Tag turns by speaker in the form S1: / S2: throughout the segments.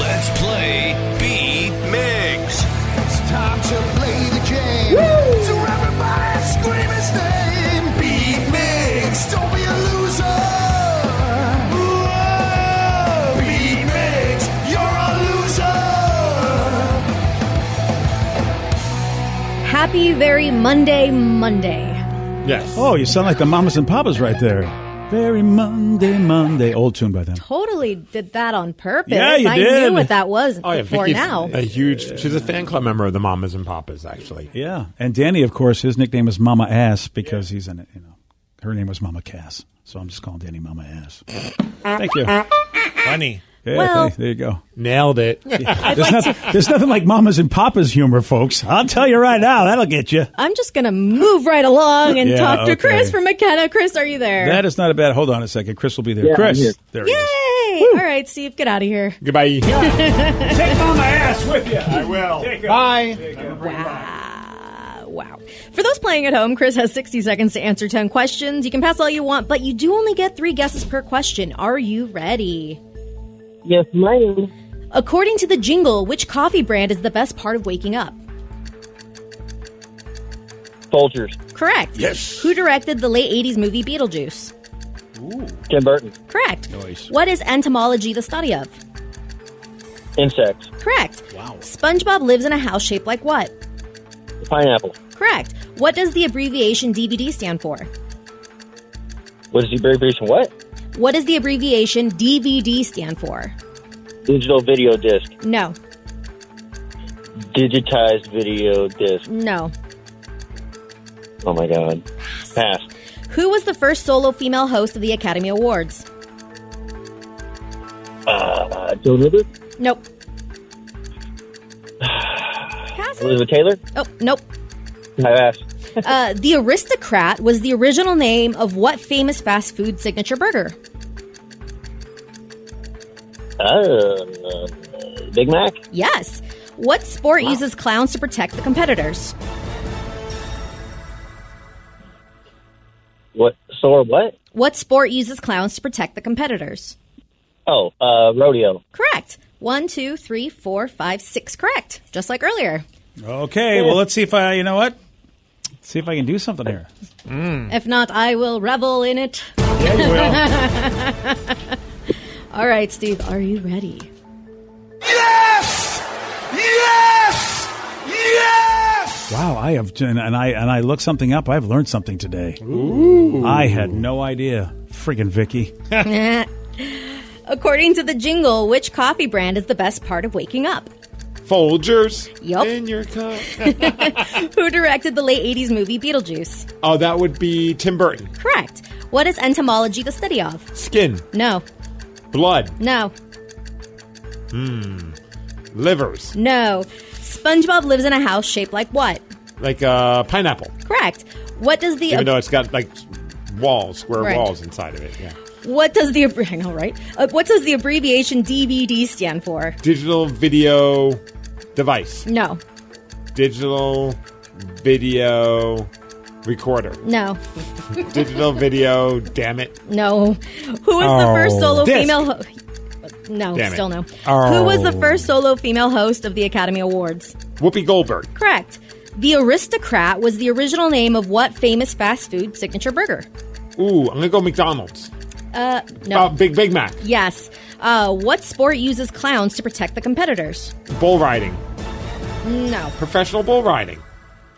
S1: Let's play B Migs.
S2: It's time to play the game. So everybody scream his name. Beat Mix. Don't be a loser. Whoa. Beat Mix. You're a loser.
S3: Happy very Monday, Monday.
S4: Yes.
S5: Oh, you sound like the mamas and papas right there. Very Monday, Monday. Old tune by them.
S3: Totally did that on purpose.
S5: Yeah, you
S3: I
S5: did.
S3: knew what that was
S4: Oh yeah,
S3: before
S4: Vicky's
S3: now.
S4: a huge. She's a fan club member of the Mamas and Papas, actually.
S5: Yeah. And Danny, of course, his nickname is Mama Ass because he's in it, you know. Her name was Mama Cass. So I'm just calling Danny Mama Ass. Thank you. Yeah,
S6: Funny.
S3: Well-
S5: thank- there you go.
S4: Nailed it.
S5: There's, not, there's nothing like mamas and papas humor, folks. I'll tell you right now, that'll get you.
S3: I'm just going to move right along and
S5: Yeah,
S3: talk to
S5: okay.
S3: Chris from McKenna. Chris, are you there?
S5: That is not a bad. Hold on a second. Chris will be there. Chris, there he is.
S3: Yay! All right, Steve, get out of here.
S4: Goodbye.
S5: Take Mama Ass with you. I will.
S6: Bye.
S3: Uh, Wow. For those playing at home, Chris has 60 seconds to answer 10 questions. You can pass all you want, but you do only get three guesses per question. Are you ready?
S7: Yes, ma'am.
S3: According to the jingle, which coffee brand is the best part of waking up?
S7: Soldiers.
S3: Correct. Yes. Who directed the late 80s movie Beetlejuice?
S7: Tim Burton.
S3: Correct. What is entomology the study of?
S7: Insects.
S3: Correct. Wow. SpongeBob lives in a house shaped like what?
S7: Pineapple.
S3: Correct. What does the abbreviation DVD stand for?
S7: What is the abbreviation? What?
S3: What does the abbreviation DVD stand for?
S7: Digital video disc.
S3: No.
S7: Digitized video disc.
S3: No.
S7: Oh my god. Pass.
S3: Who was the first solo female host of the Academy Awards?
S7: Uh, Joan Rivers?
S3: Nope. Pass it.
S7: Elizabeth Taylor?
S3: Oh, nope.
S7: I pass.
S3: Uh, the Aristocrat was the original name of what famous fast food signature burger?
S7: Uh, Big Mac?
S3: Yes. What sport uses clowns to protect the competitors?
S7: What? Sore what?
S3: What sport uses clowns to protect the competitors?
S7: Oh, uh, rodeo.
S3: Correct. One, two, three, four, five, six. Correct. Just like earlier.
S5: Okay. Well, let's see if I. You know what? See if I can do something here.
S3: If not, I will revel in it. All right, Steve, are you ready?
S2: Yes! Yes! Yes!
S5: Wow, I have, and and I and I looked something up. I've learned something today. I had no idea. Friggin' Vicky.
S3: According to the jingle, which coffee brand is the best part of waking up?
S4: Folgers.
S3: Yup.
S4: In your cup.
S3: Who directed the late 80s movie Beetlejuice?
S4: oh, that would be Tim Burton.
S3: Correct. What is entomology the study of?
S4: Skin,
S3: No,
S4: blood,
S3: no,
S4: livers,
S3: no. SpongeBob lives in a house shaped like what?
S4: like uh, pineapple.
S3: Correct. What does the
S4: Even though it's got like walls, square
S3: Right.
S4: walls inside of it. Yeah.
S3: what does the abbre- I know, right? Uh, what does the abbreviation DVD stand for?
S4: Digital video device.
S3: No,
S4: Digital video recorder.
S3: no,
S4: Digital video. Damn it.
S3: no. Who was the first solo
S4: Oh. disc.
S3: female? Ho- no,
S4: Damn it. Oh.
S3: still no. Who was the first solo female host of the Academy Awards?
S4: Whoopi Goldberg.
S3: Correct. The Aristocrat was the original name of what famous fast food signature burger?
S4: Ooh, I'm gonna go McDonald's.
S3: Uh, no.
S4: Uh, Big Big Mac.
S3: yes. Uh, what sport uses clowns to protect the competitors?
S4: Bull riding.
S3: No,
S4: Professional bull riding.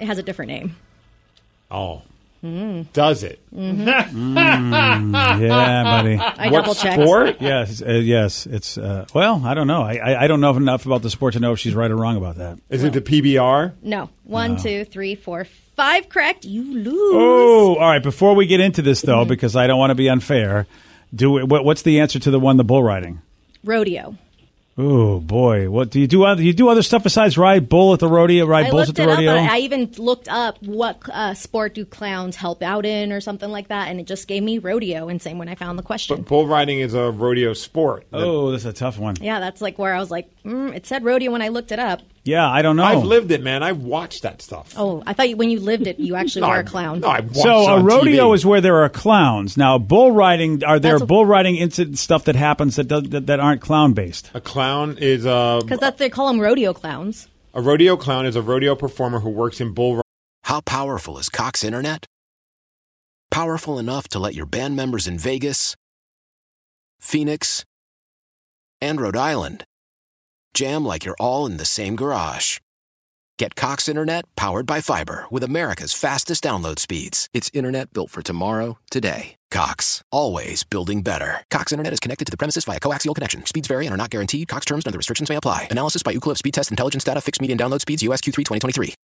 S3: it has a different name.
S4: Oh.
S3: Hmm.
S4: Does it?
S3: Mm,
S5: Yeah, buddy.
S3: I
S4: what
S3: double checked.
S4: sport?
S5: Yes, uh, yes. It's uh, well, I don't know. I, I I don't know enough about the sport to know if she's right or wrong about that.
S4: Is it the PBR?
S3: No. One, two, three, four, five. Correct. You lose.
S5: Oh, all right. Before we get into this though, because I don't want to be unfair. Do we, what, what's the answer to the one the bull riding?
S3: Rodeo.
S5: Oh boy, what do you do? Other, you do other stuff besides ride bull at the rodeo, ride
S3: I
S5: bulls at
S3: looked
S5: the
S3: it up.
S5: rodeo.
S3: uh, I even looked up what uh, sport do clowns help out in or something like that, and it just gave me rodeo. And same when I found the question.
S4: But bull riding is a rodeo sport.
S5: oh, that's a tough one.
S3: yeah, that's like where I was like, mm, it said rodeo when I looked it up.
S5: Yeah, I don't know.
S4: I've lived it, man. I've watched that stuff.
S3: Oh, I thought you, when you lived it, you actually
S4: No,
S3: were
S4: I-
S3: a clown.
S4: No, I watched
S5: so a
S4: on
S5: rodeo
S4: TV.
S5: is where there are clowns. Now, bull riding are there
S3: That's what-
S5: bull riding incident stuff that happens that does, that, that aren't clown based?
S4: a clown is a
S3: Because that's they call them rodeo clowns.
S4: a rodeo clown is a rodeo performer who works in bull
S6: How powerful is Cox Internet? Powerful enough to let your band members in Vegas, Phoenix, and Rhode Island jam like you're all in the same garage. Get Cox Internet powered by fiber with America's fastest download speeds. It's internet built for tomorrow, today. Cox, always building better. Cox Internet is connected to the premises via coaxial connection. Speeds vary and are not guaranteed. Cox terms and other restrictions may apply. Analysis by Ookla of speed test intelligence data. Fixed median download speeds. USQ3 2023.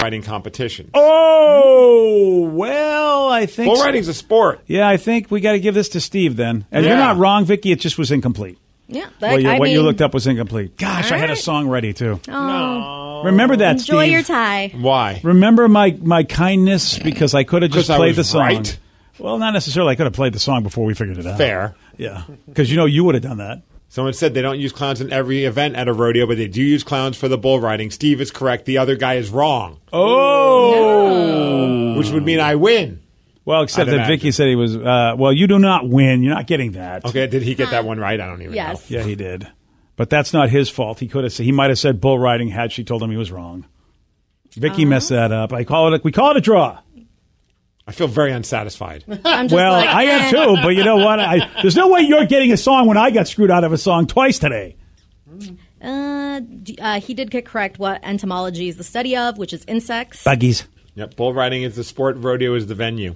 S4: riding competition.
S5: Oh well, I think.
S4: bull
S5: so.
S4: riding's a sport.
S5: Yeah, I think we got to give this to Steve then. And you're
S4: Yeah.
S5: not wrong, Vicky. It just was incomplete.
S3: Yeah,
S5: what
S3: like,
S5: you,
S3: I
S5: what you
S3: mean, oh,
S5: looked up was incomplete. Gosh, I had a song ready too. Oh. Remember that,
S3: Enjoy
S5: Steve.
S3: your tie.
S4: Why?
S5: Remember my my kindness because I could have
S4: 'Cause
S5: just
S4: I
S5: played
S4: was
S5: the song.
S4: right?
S5: Well, not necessarily. I could have played the song before we figured it out.
S4: Fair.
S5: Yeah, because you know you would have done that.
S4: Someone said they don't use clowns in every event at a rodeo, but they do use clowns for the bull riding. Steve is correct. The other guy is wrong. Oh, which would mean I win.
S5: Well, except
S4: I'd
S5: that Vicky
S4: imagine.
S5: said he was. Uh, well, you do not win. You're not getting that.
S4: Okay, did he get that one right? I don't even
S3: Yes.
S5: Yeah, he did, but that's not his fault. He could have. said He might have said bull riding had she told him he was wrong. Vicky
S3: Uh-huh.
S5: messed that up. I call it. A, we call it a draw.
S4: know. I feel very unsatisfied.
S3: I'm just
S5: Well,
S3: like,
S5: I
S3: eh.
S5: am too, but you know what? I, there's no way you're getting a song when I got screwed out of a song twice today.
S3: Uh, d- uh, he did get correct what entomology is the study of, which is insects.
S5: Buggies.
S4: yep, bull riding is the sport. Rodeo is the venue.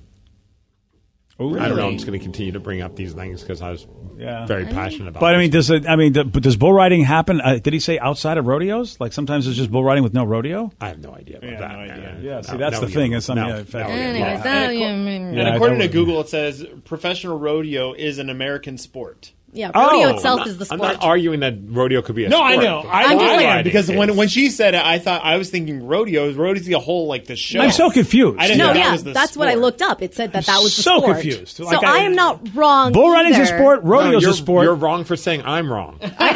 S4: I don't know. I'm just going to continue to bring up these things because I was
S5: Yeah.
S4: very passionate about.
S5: But I
S4: this.
S5: mean, does it, I mean, do- but does bull riding happen? Uh, did he say outside of rodeos? Like sometimes it's just bull riding with no rodeo.
S4: I have no idea about that. Uh,
S5: Yeah, see,
S4: no,
S5: that's
S4: no,
S5: the
S4: you
S5: thing,
S4: don't.
S5: it's something I-
S4: no,
S3: Anyways,
S4: yeah.
S3: that- yeah, I mean-
S5: Yeah, I
S8: and according to
S5: don't-
S8: Google, it says professional rodeo is an American sport.
S3: yeah, rodeo
S4: Oh,
S3: itself
S4: I'm
S3: is the
S4: not-
S3: sport.
S4: I'm not arguing that rodeo could be a
S8: No,
S4: sport.
S8: I know. I,
S3: I'm just
S8: I
S3: saying-
S8: am because when
S4: is.
S8: when she said it, I thought I was thinking rodeo. Rodeo's the whole like the show.
S5: I'm so confused.
S8: I didn't
S3: no,
S8: know
S3: yeah,
S8: that was the
S3: that's what I
S8: sport.
S3: looked up. It said that that was the
S5: so
S3: sport.
S5: confused.
S3: So
S5: Like,
S3: I,
S5: I-
S3: am not wrong.
S5: Bull riding's a
S3: either.
S5: sport. Rodeo's
S4: No,
S5: a
S4: you're-
S5: sport.
S4: You're wrong for saying I'm wrong.
S3: I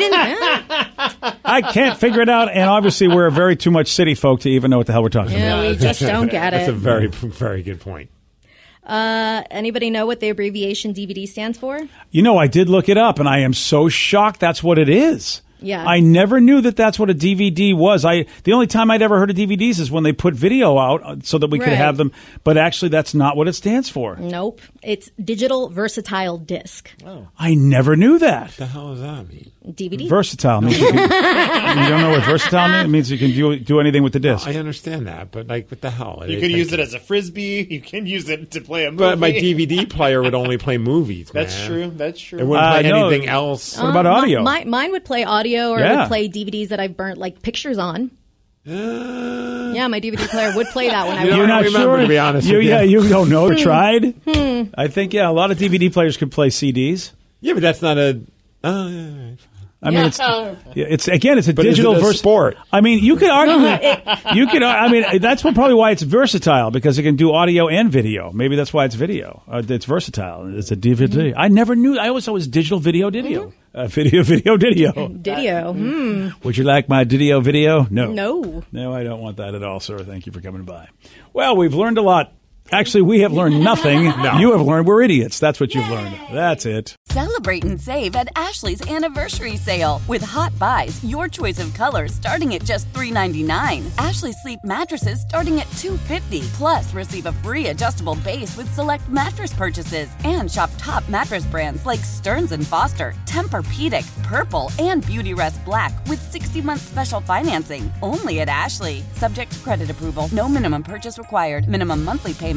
S3: didn't. eh.
S5: I can't figure it out, and obviously we're very too much city folk to even know what the hell we're talking about.
S3: Yeah, we just don't get
S4: That's a
S3: it.
S4: very, very good point.
S3: Uh, anybody know what the abbreviation DVD stands for?
S5: You know, I did look it up, and I am so shocked that's what it is.
S3: Yeah.
S5: I never knew that that's what a DVD was. I the only time I'd ever heard of DVDs is when they put video out uh, so that we could
S3: Right. Mm.
S5: have them, but actually that's not what it stands for.
S3: Nope. It's digital versatile disc.
S5: I never knew that.
S4: The hell does that mean?
S3: DVD.
S5: Versatile means you, can- you don't know what versatile means. It means you can do do anything with the disc.
S4: I understand that, but like, what the hell?
S8: You could use it as a frisbee. You can use it to play a movie.
S4: But my DVD player would only play movies.
S8: That's
S4: man.
S8: true. That's
S4: It
S8: true.
S4: wouldn't
S5: Uh,
S4: play
S5: no.
S4: anything else.
S5: what about
S3: Um,
S5: audio?
S3: My, mine would play audio or it
S5: Yeah.
S3: would play DVDs that I've burnt like pictures on. yeah, my DVD player would play that when I
S4: You
S3: was
S5: You're
S4: I
S5: not
S4: don't remember,
S5: sure.
S4: to be honest
S5: you,
S4: with you.
S5: yeah, you don't know.
S3: Hmm.
S5: Tried. I think yeah. A lot of DVD players could play CDs.
S4: yeah, but that's not a. Uh, yeah, all right.
S5: I mean, it's yeah, it's again, it's a
S4: But is
S5: digital
S4: it a
S5: vers-
S4: sport?
S5: I mean, you could argue that you could. ar- I mean, that's what probably why it's versatile because it can do audio and video. Maybe that's why it's video. Uh, it's versatile. It's a DVD. I never knew. I always thought it was digital video, video, uh, video, video, video.
S3: video. Hmm.
S5: Would you like my video, video? No,
S3: No.
S5: no, I don't want that at all, sir. Thank you for coming by. Well, we've learned a lot. Actually, we have learned nothing. You have learned we're idiots. That's what you've learned. That's it.
S9: Celebrate and save at Ashley's anniversary sale with Hot Buys, your choice of colors starting at just $3.99. Ashley Sleep mattresses starting at $2.50. Plus, receive a free adjustable base with select mattress purchases and shop top mattress brands like Stearns and Foster, Tempur-Pedic, Purple, and Beautyrest Black with 60-month special financing only at Ashley. Subject to credit approval, no minimum purchase required. Minimum monthly payment,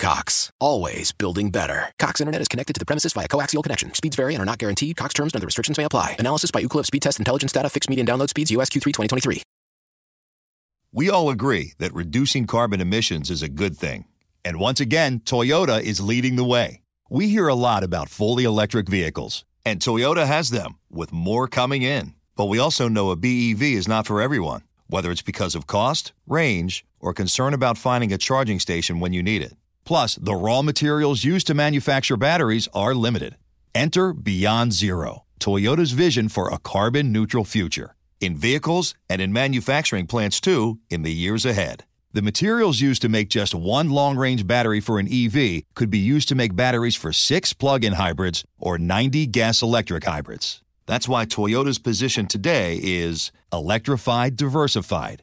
S6: Cox, always building better. Cox Internet is connected to the premises via coaxial connection. Speeds vary and are not guaranteed. Cox terms and other restrictions may apply. Analysis by Ookla of Speed Test Intelligence data. Fixed median download speeds. USQ3 2023.
S10: We all agree that reducing carbon emissions is a good thing. And once again, Toyota is leading the way. We hear a lot about fully electric vehicles, and Toyota has them, with more coming in. But we also know a BEV is not for everyone, whether it's because of cost, range, or concern about finding a charging station when you need it. Plus, the raw materials used to manufacture batteries are limited. Enter Beyond Zero, Toyota's vision for a carbon neutral future in vehicles and in manufacturing plants too in the years ahead. The materials used to make just one long range battery for an EV could be used to make batteries for six plug in hybrids or 90 gas electric hybrids. That's why Toyota's position today is electrified, diversified,